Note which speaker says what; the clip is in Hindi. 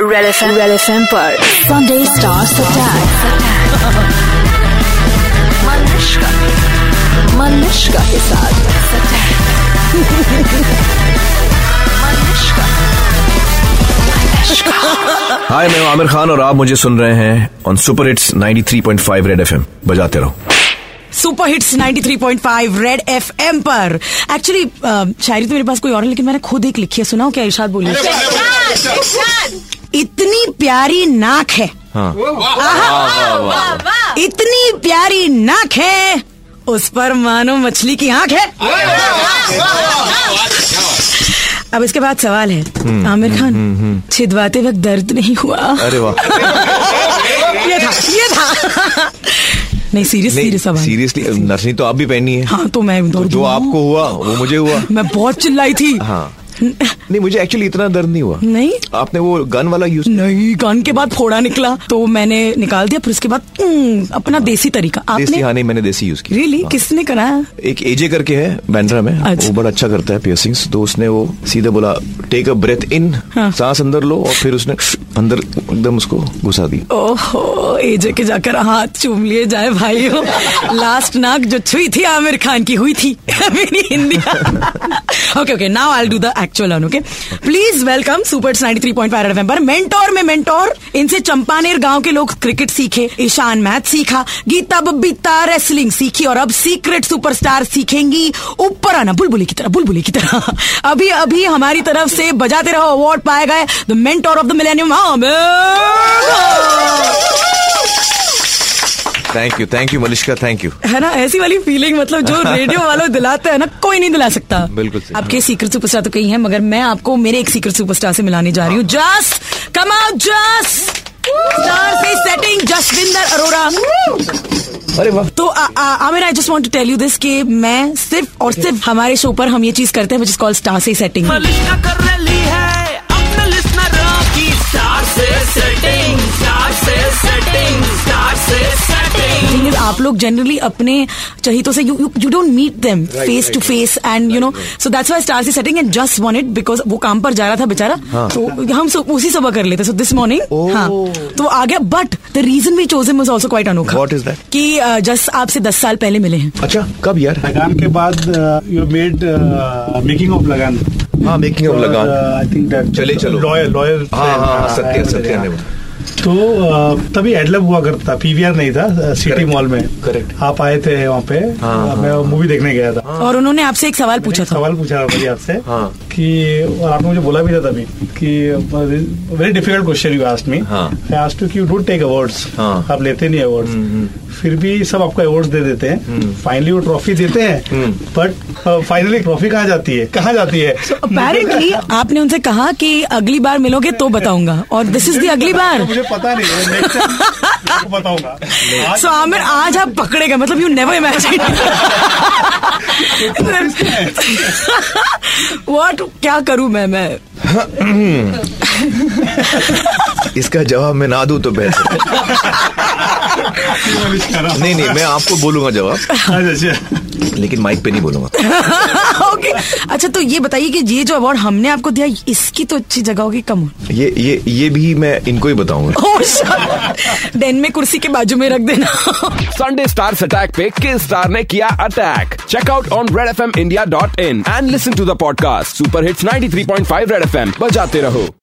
Speaker 1: Red FM red FM पर Sunday stars attack Manushka Manushka के साथ
Speaker 2: हाय मैं हूं आमिर खान और आप मुझे सुन रहे हैं on super hits 93.5 red FM बजाते रहो
Speaker 3: सुपर हिट्स 93.5 रेड एफएम पर एक्चुअली शायरी तो मेरे पास कोई और है लेकिन मैंने खुद एक लिखी है सुनाओ क्या इरशाद बोली इतनी प्यारी नाक है
Speaker 2: हाँ।
Speaker 3: आहा, इतनी प्यारी नाक है उस पर मानो मछली की आंख है अब इसके बाद सवाल
Speaker 2: हम्म,
Speaker 3: है आमिर खान छिदवाते वक्त दर्द नहीं हुआ
Speaker 2: अरे वाह
Speaker 3: ये था ये था नहीं सीरियस सीरियस सवाल
Speaker 2: सीरियसली नर्सरी तो आप भी पहनी है
Speaker 3: हाँ तो मैं दौड़
Speaker 2: जो
Speaker 3: दूँ।
Speaker 2: आपको हुआ वो मुझे हुआ
Speaker 3: मैं बहुत चिल्लाई थी
Speaker 2: हाँ नहीं मुझे एक्चुअली इतना दर्द नहीं हुआ
Speaker 3: नहीं
Speaker 2: आपने वो गन वाला यूज
Speaker 3: नहीं कान के बाद फोड़ा निकला तो मैंने निकाल दिया फिर उसके बाद उम्म, अपना देसी तरीका
Speaker 2: देसी
Speaker 3: आपने
Speaker 2: हाँ नहीं मैंने देसी यूज किया
Speaker 3: रियली
Speaker 2: हाँ।
Speaker 3: किसने कराया
Speaker 2: एक एजे करके है बैंड्रा में
Speaker 3: अच्छा।
Speaker 2: वो बड़ा अच्छा करता है पियर्सिंग्स तो उसने वो सीधा बोला टेक अ ब्रेथ इन
Speaker 3: हाँ।
Speaker 2: सांस अंदर लो और फिर उसने अंदर एकदम उसको घुसा दी
Speaker 3: ओहो एजे के जाकर हाथ चूम लिए जाए भाइयों लास्ट नाक जो छुई थी आमिर खान की हुई थी मेरी Hindi okay okay now I do the actual one okay please welcome super 93.5 three point five पर मेंटोर में मेंटोर इनसे चंपानेर गांव के लोग क्रिकेट सीखे ईशान मैथ सीखा गीता बबीता रेसलिंग सीखी और अब सीक्रेट सुपरस्टार सीखेंगी ऊपर आना बुलबुली की तरह बुलबुली की तरह अभी अभी हमारी तरफ से बजाते रहो अवार्ड पाए गए the mentor of the millennium Aamir Khan.
Speaker 2: Thank you thank you Malishka thank you
Speaker 3: है ना ऐसी वाली फीलिंग मतलब जो रेडियो वालों दिलाते हैं ना कोई नहीं दिला सकता
Speaker 2: बिल्कुल सही।
Speaker 3: आपके सीक्रेट सुपरस्टार तो कई हैं मगर मैं आपको मेरे एक सीक्रेट सुपरस्टार से मिलाने जा रही हूँ Jas come out Jas star से सेटिंग जसविंदर अरोड़ा
Speaker 2: अरे वाह
Speaker 3: तो आ- आ- Aamir I just want to tell you this कि मैं सिर्फ और सिर्फ हमारे शो पर हम ये चीज करते हैं विच इज कॉल्ड स्टार से सेटिंग
Speaker 4: मलिश्का कर रही है अपने लिसनरों की स्टार से सेटिंग स्टार से सेटिंग स्टार से सेटिंग
Speaker 3: थिंग इज आप लोग जनरली अपने चहितों से you you don't meet them face to face and you know so that's why star सी setting and just won it because वो काम पर जा रहा था
Speaker 5: हाँ।
Speaker 3: बेचारा तो हम सब उसी सुबह कर लेते सो दिस मॉर्निंग हाँ तो आ गया but the reason we chose him is also quite अनोखा
Speaker 2: What is that?
Speaker 3: कि जस्ट आपसे दस साल पहले मिले हैं
Speaker 2: अच्छा कब यार
Speaker 5: लगान के बाद uh, you made making of uh, Lagaan Uh,
Speaker 2: हाँ making of Lagaan
Speaker 5: I think that
Speaker 2: चले चलो।
Speaker 5: लॉयल लॉयल
Speaker 2: हाँ, हाँ, हाँ, सत्य, सत्य ने बोला।
Speaker 5: तो uh, तभी एडलब हुआ करता पीवीआर नहीं था सिटी
Speaker 2: Correct.
Speaker 5: मॉल में
Speaker 2: Correct. हाँ,
Speaker 5: आप आए थे वहाँ पे uh, मैं मूवी देखने गया था
Speaker 3: और उन्होंने आपसे एक सवाल
Speaker 5: हाँ। मैंने
Speaker 3: पूछा
Speaker 5: एक
Speaker 3: था
Speaker 5: सवाल पूछा था मुझे आपसे
Speaker 2: हाँ।
Speaker 5: कि और आपने मुझे बोला भी था तभी कि very difficult question you asked me
Speaker 2: हाँ।
Speaker 5: आई आस्ट यू कि यू डोंट टेक अवार्ड्स
Speaker 2: हाँ। हम्म।
Speaker 5: आप लेते नहीं अवार्ड्स फिर भी सब आपको अवार्ड्स दे देते हैं फाइनली वो ट्रॉफी देते हैं
Speaker 2: हम्म।
Speaker 5: बट फाइनली ट्रॉफी कहाँ जाती है कहाँ जाती है
Speaker 3: अपेरेंटली आपने उनसे कहा कि अगली बार मिलोगे तो बताऊंगा और दिस इज दी अगली बार
Speaker 5: मुझे पता नहीं है, next time आपको बताऊंगा आज-
Speaker 3: सो आमिर आज आप पकड़े गए मतलब यू नेवर इमेजिन व्हाट क्या करूं मैं मैं
Speaker 2: इसका जवाब मैं ना दूं तो बेहतर है।
Speaker 5: मैं wish कर रहा हूँ।
Speaker 2: नहीं नहीं मैं आपको बोलूंगा जवाब
Speaker 5: अच्छा अच्छा
Speaker 2: लेकिन माइक पे नहीं बोलूंगा
Speaker 3: ओके अच्छा तो ये बताइए कि ये जो अवार्ड हमने आपको दिया इसकी तो अच्छी जगह होगी Oh, कम
Speaker 2: ये ये ये भी मैं इनको ही बताऊंगा
Speaker 3: डेन में कुर्सी के बाजू में रख देना
Speaker 6: संडे स्टार्स अटैक पे किस स्टार ने किया attack check out on red FM India dot in and listen to the podcast super hits 93.5 red FM बजाते रहो